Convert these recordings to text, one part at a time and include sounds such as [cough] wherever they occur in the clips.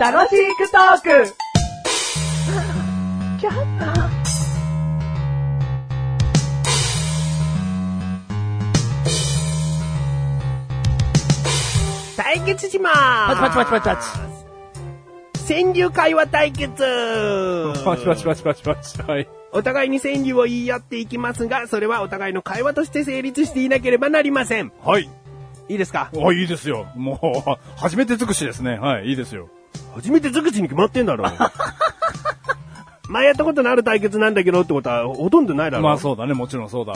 楽しくトーク対決しまパーチすパチパチパチパチ。川柳会話対決パチパチパチパチパチ。はい。お互いに川柳を言い合っていきますが、それはお互いの会話として成立していなければなりません。はい。いいですかあ、いいですよ。もう、初めて尽くしですね。はい、いいですよ。初めて尽口に決まってんだろ。 [laughs] 前やったことのある対決なんだけどってことはほとんどないだろ。まあそうだね、もちろんそうだ。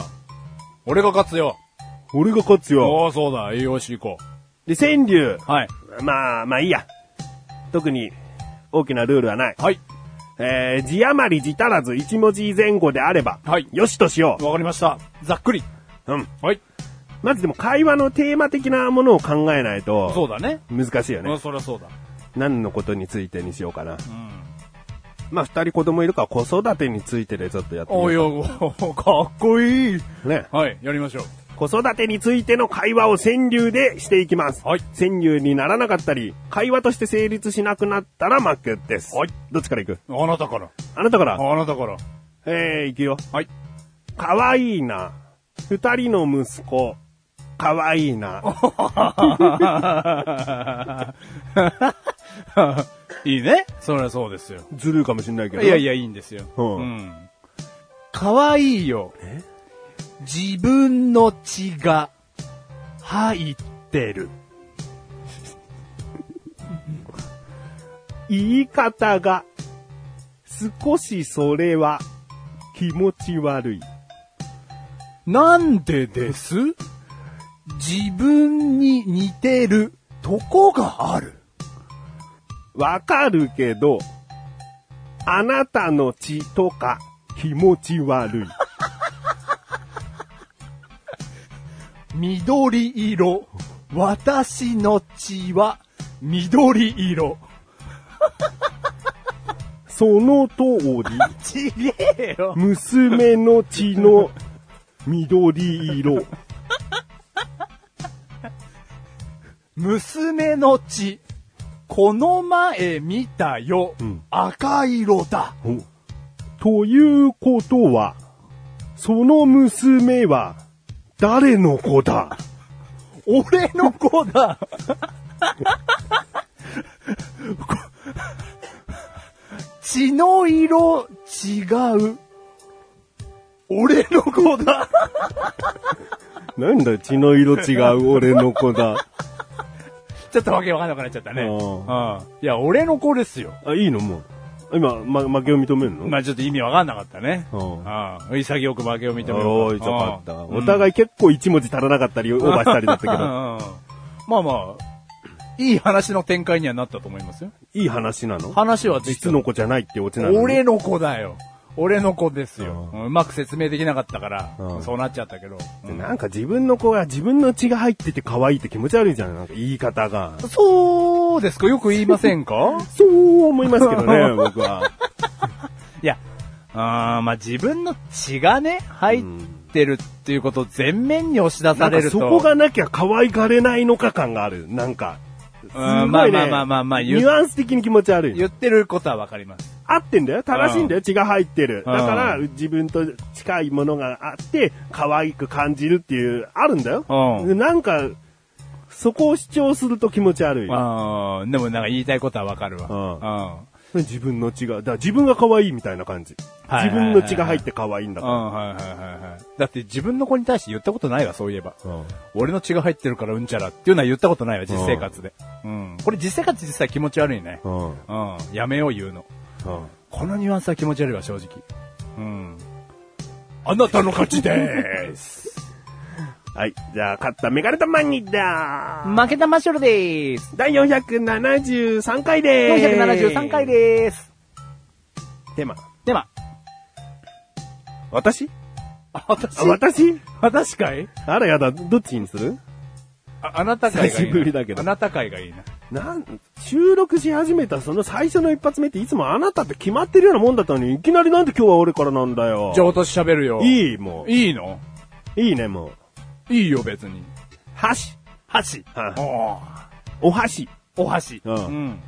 俺が勝つよ。俺が勝つよ。おおそうだ、AOC 行こで、川柳。う。はい。まあ、まあいいや。特に大きなルールはない。はい。えー、字余り字足らず一文字前後であれば、はいよしとしよわかりました。ざっくり。う。うん。はい。まずでも会話のテーマ的なものを考えないと、そうだね。難しいよまあね。そりゃそうだ。何のことについてにしようかな。うん。まあ、二人子供いるから子育てについてでちょっとやってみおいよよ、かっこいい。う。ね。はい、やりましょう。子育てについての会話を川柳でしていきます。はい川柳にならなかったり、会話として成立しなくなったら負けです。はいどっちから行くあなたから。あなたから。あなたから。えー、行くよ。はい。かわいいな。二人の息子。かわいいな。 [laughs] いいね。 [laughs] そりゃそうですよ。ずるいかもしんないけど。いやいや、いいんですよ。うんん。かわいいよ。自分の血が入ってる。言い方が、少しそれは、気持ち悪い。なんでです自分に似てるとこがある。わかるけど、あなたの血とか、気持ち悪い。緑色。私の血は緑色。その通り。ちげえよ。娘の血の緑色。娘の血。この前見たよ。うん赤色だ。ということは、その娘は誰の子だ俺の子だ。血の色違う。俺の子だ。なんだよ血の色違う俺の子だ。ちょっとわけわかんなくなっちゃったね。うんいや、俺の子ですよ。あ、いいのもう。今、ま、負けを認めるの、まあちょっと意味わかんなかったね。うんうん。潔く負けを認めよおうーい、よかった。うんお互い結構一文字足らなかったり、オーバーしたりだったけうど、んうんまあまあ、いい話の展開にはなったと思いますよ。いい話なの話はできた実の子じゃないってオチなの俺の子だよ。俺の子ですよ。ううんうまく説明できなかったから、うんそうなっちゃったけど。うんなんか自分の子が自分の血が入ってて可愛いって気持ち悪いじゃん。なんか言い方が。そうですかよく言いませんかそう思いますけど [laughs] ね、僕は。いや、あーまあ自分の血がね、入ってるっていうことを全面に押し出なさんれかるそと。こがなきゃ可愛がれないのか感がある。なんか。すごいねうんまあまあまあまあまあニ言うュアンス的に気持ち悪い。言ってることはわかります。合ってんだよ。正しいんだよ。血が入ってる。うんだから、自分と近いものがあって、可愛く感じるっていう、あるんだよ。うんなんか、そこを主張すると気持ち悪い。あーでもなんか言いたいことはわかるわ。自分の血が、だから自分が可愛いみたいな感じ。はい自分の血が入って可愛いんだうん。かうん、はいはいはいはい。だって自分の子に対して言ったことないわ、そういえば。ら。うん俺の血が入ってるからうんちゃらっていうのは言ったことないわ、実生活で。うん。これ実生活実際気持ち悪いね。うん。うん。うん。やめよう言うの。このニュアンスは気持ち悪いわ、正直。うん。あなたの勝ちでー [laughs] す。はい。じゃあ、勝ったメガネタマンにだー負けたマシュルでーす。第473回でーす。 [laughs] 473回でーす。テーマ。では、私あ、私あ、私私かいあらやだ、どっちにするああなた会がいいな。久しぶりだけどあなた会がいいな。なん、収録し始めたその最初の一発目っていつもあなたって決まってるようなもんだったのに、いきなりなんで今日は俺からなんだよ。じゃあ私喋るよ。い。いい、もいいのう。いいね、もう。いいよ、別に。箸。箸。はおーお箸。お箸。うんん。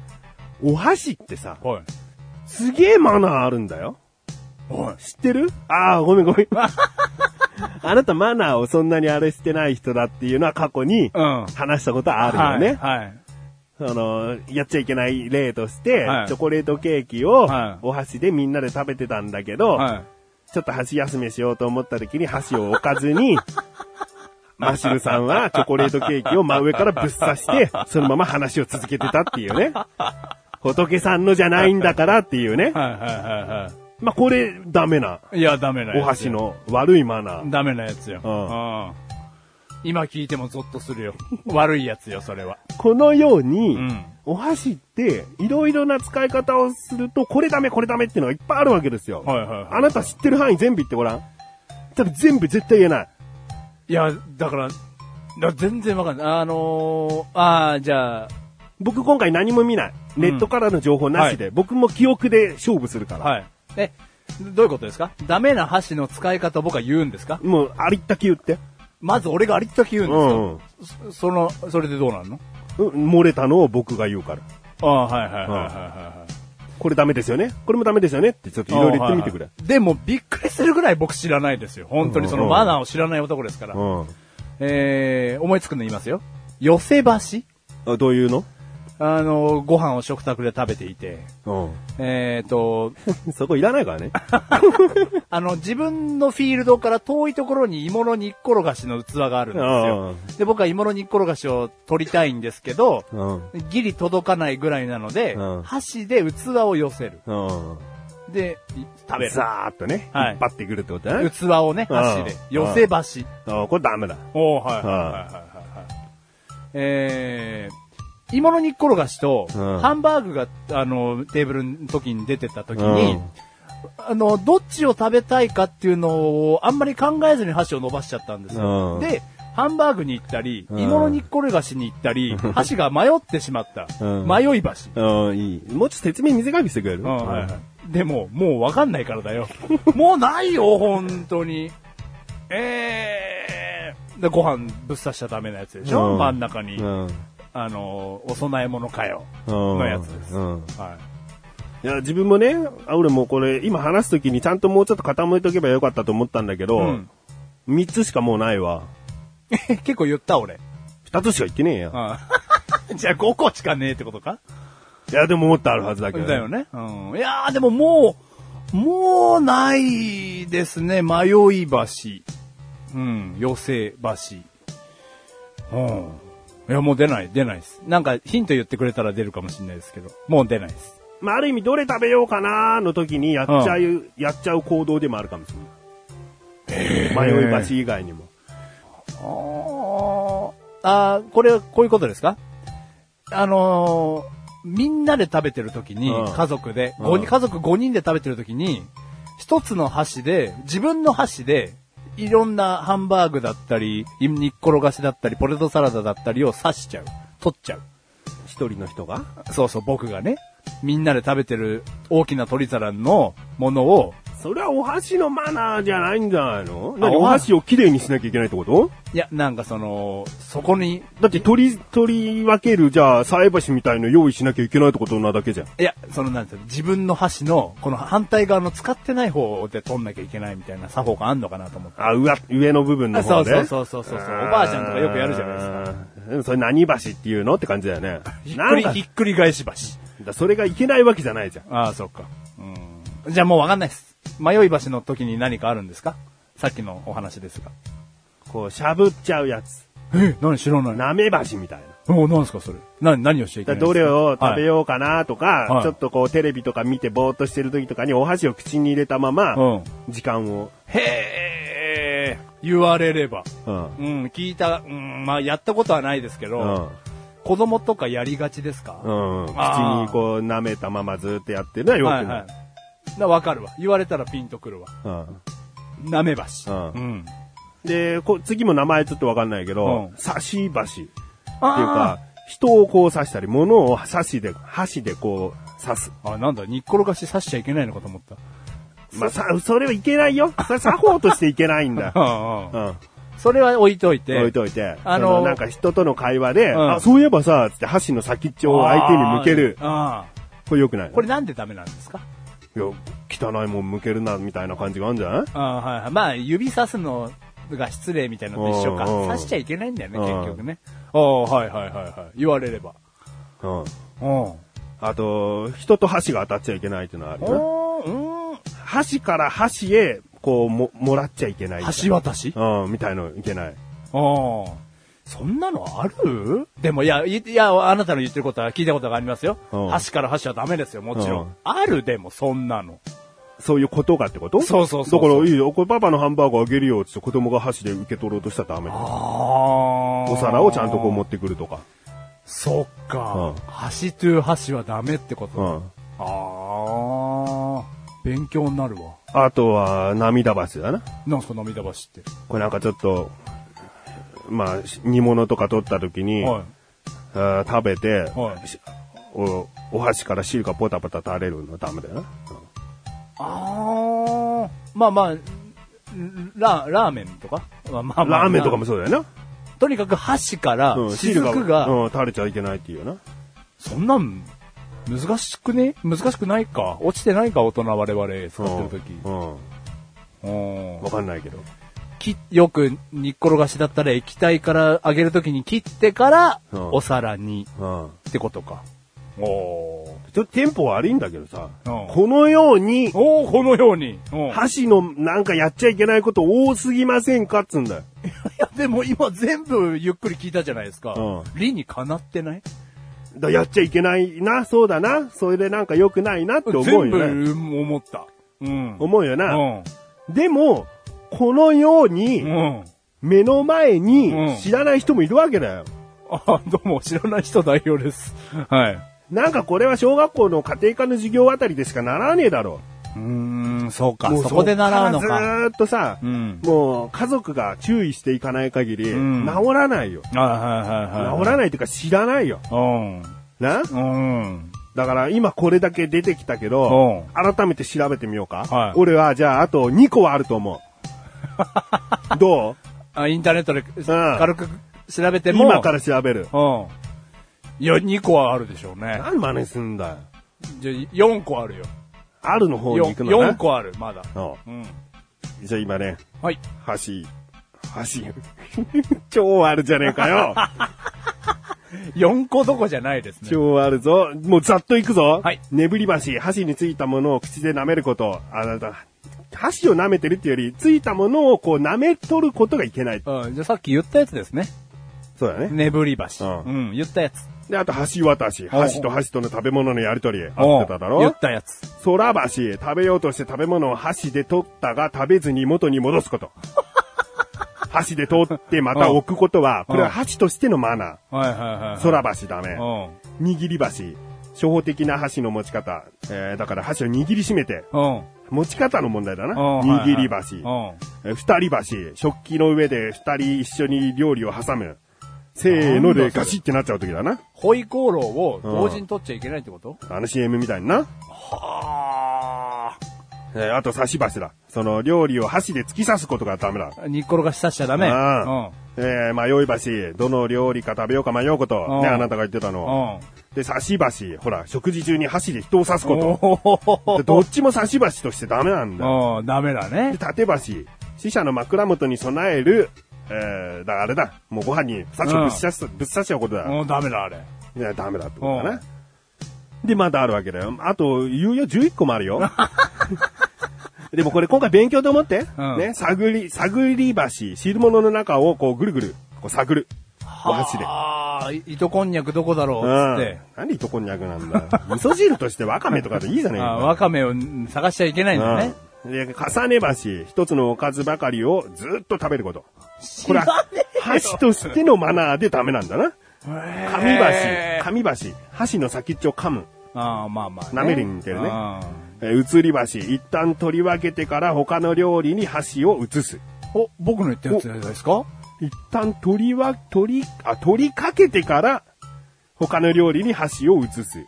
お箸ってさ、はい。すげえマナーあるんだよ。はい。知ってるああ、ごめんご [laughs] めん。あなたマナーをそんなにあれしてない人だっていうのは過去にうん。話したことはあるよね。はい。その、やっちゃいけない例として、はいチョコレートケーキをは、いお箸でみんなで食べてたんだけど、はい。ちょっと箸休めしようと思った時に箸を置かず [laughs] に、マシルさんはチョコレートケーキを真上からぶっ刺して、そのまま話を続けてたっていうね。仏さんのじゃないんだからっていうね。はいはいはいはまあ、これ、ダメな。い。いや、ダメなやつ。お箸。の悪いマナー。ダメなやつよ。ううん。今聞いてもゾッとするよ。 [laughs] 悪いやつよ、それは。このように、うんお箸って、いろいろな使い方をすると、これダメ、これダメっていうのがいっぱいあるわけですよ。はいはいはいあなた知ってる範囲全部言ってごらん。ただ全部絶対言えない。いや、だから、だ全然わかんない。あのー、ああ、じゃあ、僕今回何も見ない。ネットからの情報なしで、僕も記憶で勝負するから。はい。え、どういうことですかダメな箸の使い方を僕は言うんですかもう、ありったけ言って。まず俺がありったけ言うんですよ。そその、それでどうなんのうん漏れたのを僕が言うから。ああ、はいはいはいはいはこれダメですよね。これもダメですよねってちょっといろいろ言ってみてくれ。でもびっくりするぐらい僕知らないですよ。本当にそのうんマナーを知らない男ですから。うん。えー、思いつくの言いますよ。寄せ箸あどういうのあの、ご飯を食卓で食べていて、うえーと、 [laughs] ん。 [laughs] そこいらないからね。あの、自分のフィールドから遠いところに芋の煮っころがしの器があるんですよ。で、僕は芋の煮っころがしを取りたいんですけど、うん。ギリ届かないぐらいなので、うん箸で器を寄せる。うん。で、い食べる。さーっとね、はい引っ張ってくるってことだね。器をね、うん箸で。寄せ箸。あこれダメだ。おーはいはいはいはい。えー、芋の煮っころがしと、うんハンバーグが、あの、テーブルの時に出てった時うにん、あの、どっちを食べたいかっていうのを、あんまり考えずに箸を伸ばしちゃったんですよ。うんで、ハンバーグに行ったり、うん芋の煮っころがしに行った [laughs] り、箸が迷ってしまった。うん迷い箸。うん、いい。もうちょっと説明短くしてくれるうんはいはい。でも、もうわかんないからだよ。 [laughs] もうないよ、本当に。えー。で、ご飯ぶっ刺しちゃダメなやつでしょ、うん真ん中に。うん。あの、お供え物かよ。うんのやつです。うんはいや、自分もね、あ俺もこれ、今話すときにちゃんともうちょっと傾いとけばよかったと思ったんだけど、うん3つしかもうないわ。い。 [laughs] 結構言った、俺。 2つしか言ってねえや。うん。 [laughs] じゃあ5個しかねえってことかいや、でももっとあるはずだけど。だよね。うん。いやー、でももう、もうないですね。迷い橋。うん。寄せ橋。うん。いや、もう出ない、出ないです。なんかヒント言ってくれたら出るかもしれないですけど、もう出ないです。まあ、ある意味、どれ食べようかなの時にやっちゃう、やっちゃう行動でもあるかもしれない。迷い橋以外にも。あーあー、これ、こういうことですかあのーみんなで食べてる時に、うん家族で、うん五人、家族5人で食べてる時に、一つの箸で、自分の箸で、いろんなハンバーグだったり、煮っころがしだったり、ポテトサラダだったりを刺しちゃう。取っちゃう。一人の人がそうそう、僕がね。みんなで食べてる大きな取り皿のものを、それはお箸のマナーじゃないんじゃないのあ何おお箸箸をきれいにしなきゃいけないってこといや、なんかその、そこに、だって取り、取り分ける、じゃあ、菜箸みたいの用意しなきゃいけないってことなだけじゃん。いや、そのなんていうの、自分の箸の、この反対側の使ってない方で取んなきゃいけないみたいな作法があんのかなと思って。あ、上、上の部分のあそ方うで。そうそうそうそうそう。おばあちゃんとかよくやるじゃないですか。すか。うんそれ何橋っていうのって感じだよね。ひっなくんり、かひ、っくり返し箸。だそれがいけないわけじゃないじゃん。ああ、そっか。うん。じゃあもうわかんないです。迷い橋の時に何かあるんですかさっきのお話ですが。こう、しゃぶっちゃうやつ。え、何知らないなめ橋みたいな。お何ですかそれ。な、何をしていだけないんどですれかを食べよようかなとか、はいちょっとこうテレビとか見てぼーっとしてる時とかにお箸を口に入れたまま、うん時間を、う。へえ、言われれば。うんうん、聞いた、うん、まあ、やったことはないですけうど、ん子供とかやりがちですかうん、口あーにこう舐めたままずっとやってるのはよくなはいい。はい。な、わかるわ。言われたらピンとくるわ。うんなめばし。うんん。でこ、次も名前ちょっとわかんないけどうん、刺し箸っていうあか、人をこう刺したり、物を刺しで、箸でこう刺す。ー、あ、なんだ、煮っころがし刺しちゃいけないのかと思った。 [laughs]。まあ、さ、それはいけないよ。それ作法としていけないんだ [laughs] うんうんうん。それは置いといて。置いといて、ああのの、なんか人との会話で、うんあ、そういえばさ、つって箸の先っちょを相手に向ける。あー。うんこれ良くないこれなんでダメなんですかいや、汚いもん向けるな、みたいな感じがあるんじゃないああ、はいはい。まあ、指さすのが失礼みたいなのと一緒か。うんうん刺しちゃいけないんだよね、うん結局ね。ああ、はいはいはいはい。言われれば。うん。うん。あと、人と箸が当たっちゃいけないっていうのはあるよね。うん。箸から箸へ、こう、も、もらっちゃいけない。橋渡しうん、みたいのいけない。ああ。そんなのあるでも、いや、いいや、あなたの言ってることは聞いたことがありますよ。うん箸から箸はダメですよ、もちろうんん。あるでも、そんなの。そういうことがってことそうそうそうそうだからいいよ、これパパのハンバーグあげるよって子供が箸で受け取ろうとしたらダメだよ。ああ。お皿をちゃんとこう持もってくるとか。そっかうん。箸という箸はダメってこうと。ん。ああ。勉強になるわ。あとは、涙橋だな。なんすか、涙橋って。これなんかちょっと、まあ、し煮物とか取った時に、はい。あー食べて、はいしお、お箸から汁がポタポタ垂れるのはダメだよな。ああ。まあまあ、んララーメンとかまあまあまあラーメンとかもそうだよとにかく箸からな。うん、雫が、うん、垂れちゃいけないっていうよな。そんなん、難しくね難しくないか。落ちてないか、大人我々使うんってる時。うん。うんわかんないけど。きよく煮っ転がしだったら液体から揚げる時に切ってから、うんお皿にうん。ってことか。おおちょっとテンポ悪いんだけどさ、うんこのように、おーこのように。うん [laughs] い箸のなんかやっちゃいけないこと多すぎませんかっつうんだよ。や、でも今全部ゆっくり聞いたじゃないですか。う理にかなってないだやっちゃいけないな、そうだな、それでなんか良くないなって思う全部よね。思った。うん。思うような。ん。でも、このように、うん。目の前うんに知らない人もいるわけだよ。あ、どうも、知らない人代表です。はい。なんかこれは小学校の家庭科の授業あたりでしかならねえだろうーん、そうう。か。そこで習うのそっか。らずーっとさ、うん。もう家族が注意していかない限り、うん治らないよ。あはいはいはい。治らないというか知らないよ。うん。なうん。だから今これだけ出てきたけど、改めて調べてみようか。はい俺はじゃああと2個はあると思 [laughs] う。どうあ、インターネットで、軽く調べても。今から調べる。うん。いや、2個はあるでしょうね。何真似すんだよ。じゃあ、4個あるよ。あるの方に行くのね。 4個ある、まだ。ううん。んじゃあ今ね、はい。箸、箸、 [laughs] 超あるじゃねえか [laughs] よ。 4個どこじゃないですね。超あるぞ。もうざっといくぞ。はい眠り箸、箸についたものを口で舐めること。あなた、箸を舐めてるっていうより、ついたものをこう舐め取ることがいけない。うん、じゃあさっき言ったやつですね。そうだね。眠り橋。うんうん、言ったやつ。で、あと箸渡し。おう箸と箸との食べ物のやりとり。合ってただうん言ろったやつ。空箸、食べようとして食べ物を箸で取ったが食べずに元に戻す [laughs] こと。箸で取ってまた置くことは、これは箸としてのマナはいはいはい。ー。空箸ダメ。うん。握り箸。初歩的な箸の持ち方。えー、だから箸を握りしめて。うん。持ち方の問題だな。うん握りう箸。ん。えー二人箸。食器の上で二人一緒に料理を挟む。せーのなんだそれでガシってなっちゃう時だな。ホイコーローを同時に取っちゃいけないってことあの CM みたいにな。はえー、あと刺し箸だ。その料理を箸で突き刺すことがダメだ。あ。煮っころがしさしちゃダメ。あえー、迷い箸。どの料理か食べようか迷うことう。んね、あなたが言ってたうの。ん。うん。で、刺し箸。ほら、食事中に箸で人を刺すこおと。ーでどっちも刺し箸としてダメなんだよ。うん、ダメだねで、。縦橋、死者の枕元に備える、えー、だ、あれだ、もうご飯に、さっきぶっ刺す、ぶっ刺しちゃうことだ。うん、ダメだ、あれ。いや、ダメだってことだうんな。で、まだあるわけだよ。あと、言うよ、11個もある [laughs] よ。でもこれ今回勉強と思って、うんね、探り、探り橋、汁物の中をこうぐるぐる、こう探る。お箸で。ああ、い糸こんにゃくどこだろううっんつって。。何とこんにゃくなんだよ。味噌汁としてわかめとかでいいじゃねえあか。ーわかめをうん探しちゃいけないんだね。うんで、重ね箸、一つのおかずばかりをずっと食べること。これは知らねえよ箸としてのマナーでダメなんだな。紙へ箸、紙箸、箸の先っちょを噛む。ああ、まあまあね。舐めるに似てるねあえー移り箸、一旦取り分けてから他の料理に箸を移す。ーお、僕の言ったやつじゃないですか一旦取りわ、取り、あ、取りかけてから他の料理に箸を移す。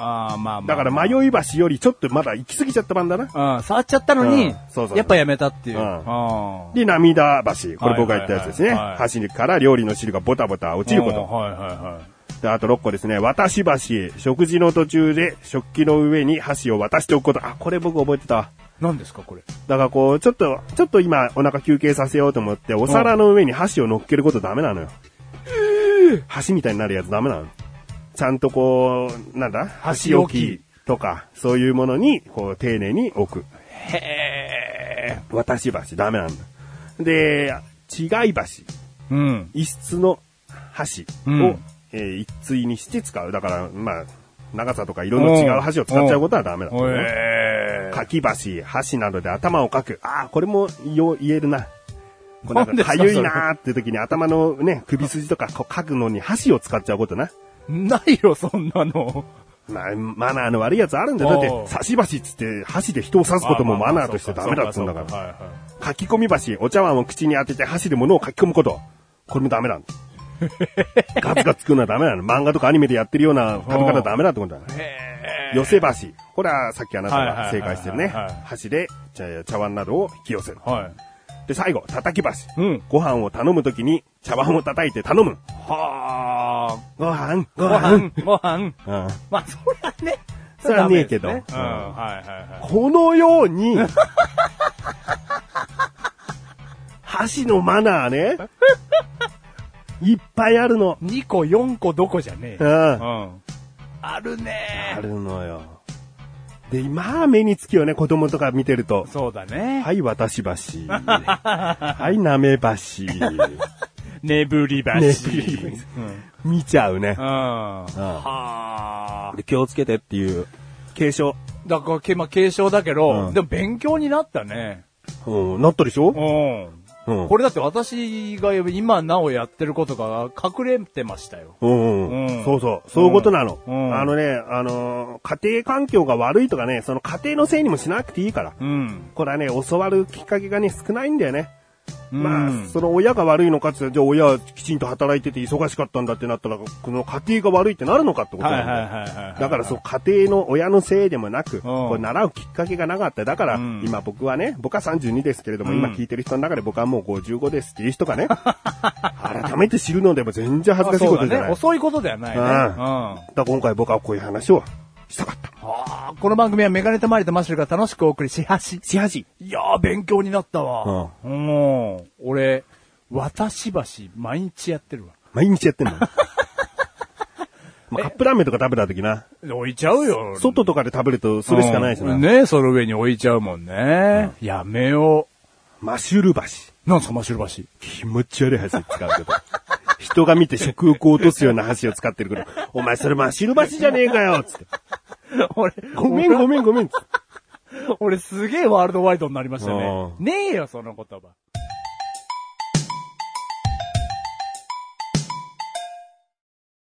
あああ、まあまあ。だからまあ、迷い橋よりちょっとまだ行き過ぎちゃった番だな。うん、触っちゃったのうに、んそうそうやっぱやめたっていう。うんあで、涙橋。これ僕が言ったやつですね。はいはいはいはい橋から料理の汁がボタボタ落ちるこうとん。はいはいはであと6個ですね。渡し橋。食事の途中で食器の上に箸を渡しておくこと。あ、これ僕覚えてたわ。い。何ですか、これ。だからこう、ちょっと、ちょっと今お腹休憩させようと思って、お皿の上に箸を乗っけることダメなのよ。箸みたいになるやつダメなの。ちゃんとこう、なんだ箸置きとか、そういうものに、こう、丁寧に置く。へえ。渡し箸ダメなんだ。で、違い箸。うん。一室の箸を、うんえー一対にして使う。だから、まあ、長さとか色の違う箸を使っちゃうことはダメだ、へね。え。かき箸、箸などで頭をかく。ああ、これもよ言えるな。こうななんんでかすかかゆいなーって時に頭のね、首筋とかこうかくのに箸を使っちゃうことな。ないよ、そんなの。まあ、マナーの悪いやつあるんだよ。だっておう、差し箸っつって箸で人を刺すこともマナーとしてダメだっつうんだから。はいはい。書き込み箸、お茶碗を口に当てて箸で物を書き込むこと。これもダ [laughs] メなの。ガツガツ食うのはダメなの。漫画とかアニメでやってるような食べ方はダメだってことだね。へ寄せ箸。これはさっきあなたが正解してるねはいはいはいはい。箸で茶茶碗などを引き寄せる。え。はい。で、最後、叩き箸。うんご飯を頼むときに茶碗を叩いて頼む。はあ。ご飯、ごご飯、ご飯。うんまあ、そりゃね。そりゃねえけどダメですねうん、はいはいはい。このように、箸のマナーね、いっぱいあるの。 2個、4個、どこじゃねえうよ。ん。うん。あるあねるのよ。で、まあ目につくよね、子供とか見てると。そうだね。はい、私橋。はい、 [laughs] なめ橋。眠り橋。ねぶり橋うん。見ちゃうねうん。。はあ。で気をつけてっていう継承。だからけ、まあ、継承だけど、うんでも勉強になったね。うん、なったでしょうん。うん。これだって私が今なおやってることが隠れてましたよ。うんううんん、そうそう。そういうことなの。うんあのね、あのー家庭環境が悪いとかね、その家庭のせいにもしなくていいから。うん。これはね、教わるきっかけがね、少ないんだよね。まうあ、んその親が悪いのかって言ったら、じゃあ親はきちんと働いてて忙しかったんだってなったら、この家庭が悪いってなるのかってことはいなはんだいよ。はいはいはい。だからそう、家庭の親のせいでもなく、こう習うきっかけがなかった。だから、うん今僕はね、僕は32ですけれども、うん今聞いてる人の中で僕はもう55ですっていう人がね、改めて知るのでも全然恥ずかしいことじゃあそうだない。ね。遅いことではないね。う。うんんあだから今回僕はこういう話をしたかった。あ、この番組はメガネとマリとマッシュルが楽しくお送りしはし。し恥。いやー、勉強になったわ。うん。俺、私橋、毎日やってるわ。毎日や [laughs] ってんのまあカップラーメンとか食べた時な、置いちゃうよ。外とかで食べるとそれしかないしな。うんねその上に置いちゃうもんね。やめよマシュル橋。う。なんすか、マッシュル橋。気持ち悪い箸使うけど。人が見て食欲を落とすような箸を使ってるけど、お前それマシュル橋じゃねえかよつって。 [laughs] 俺、ごめんごめんごめんつって。俺すげえワールドワイドになりましたうね。ねえよ、その言葉。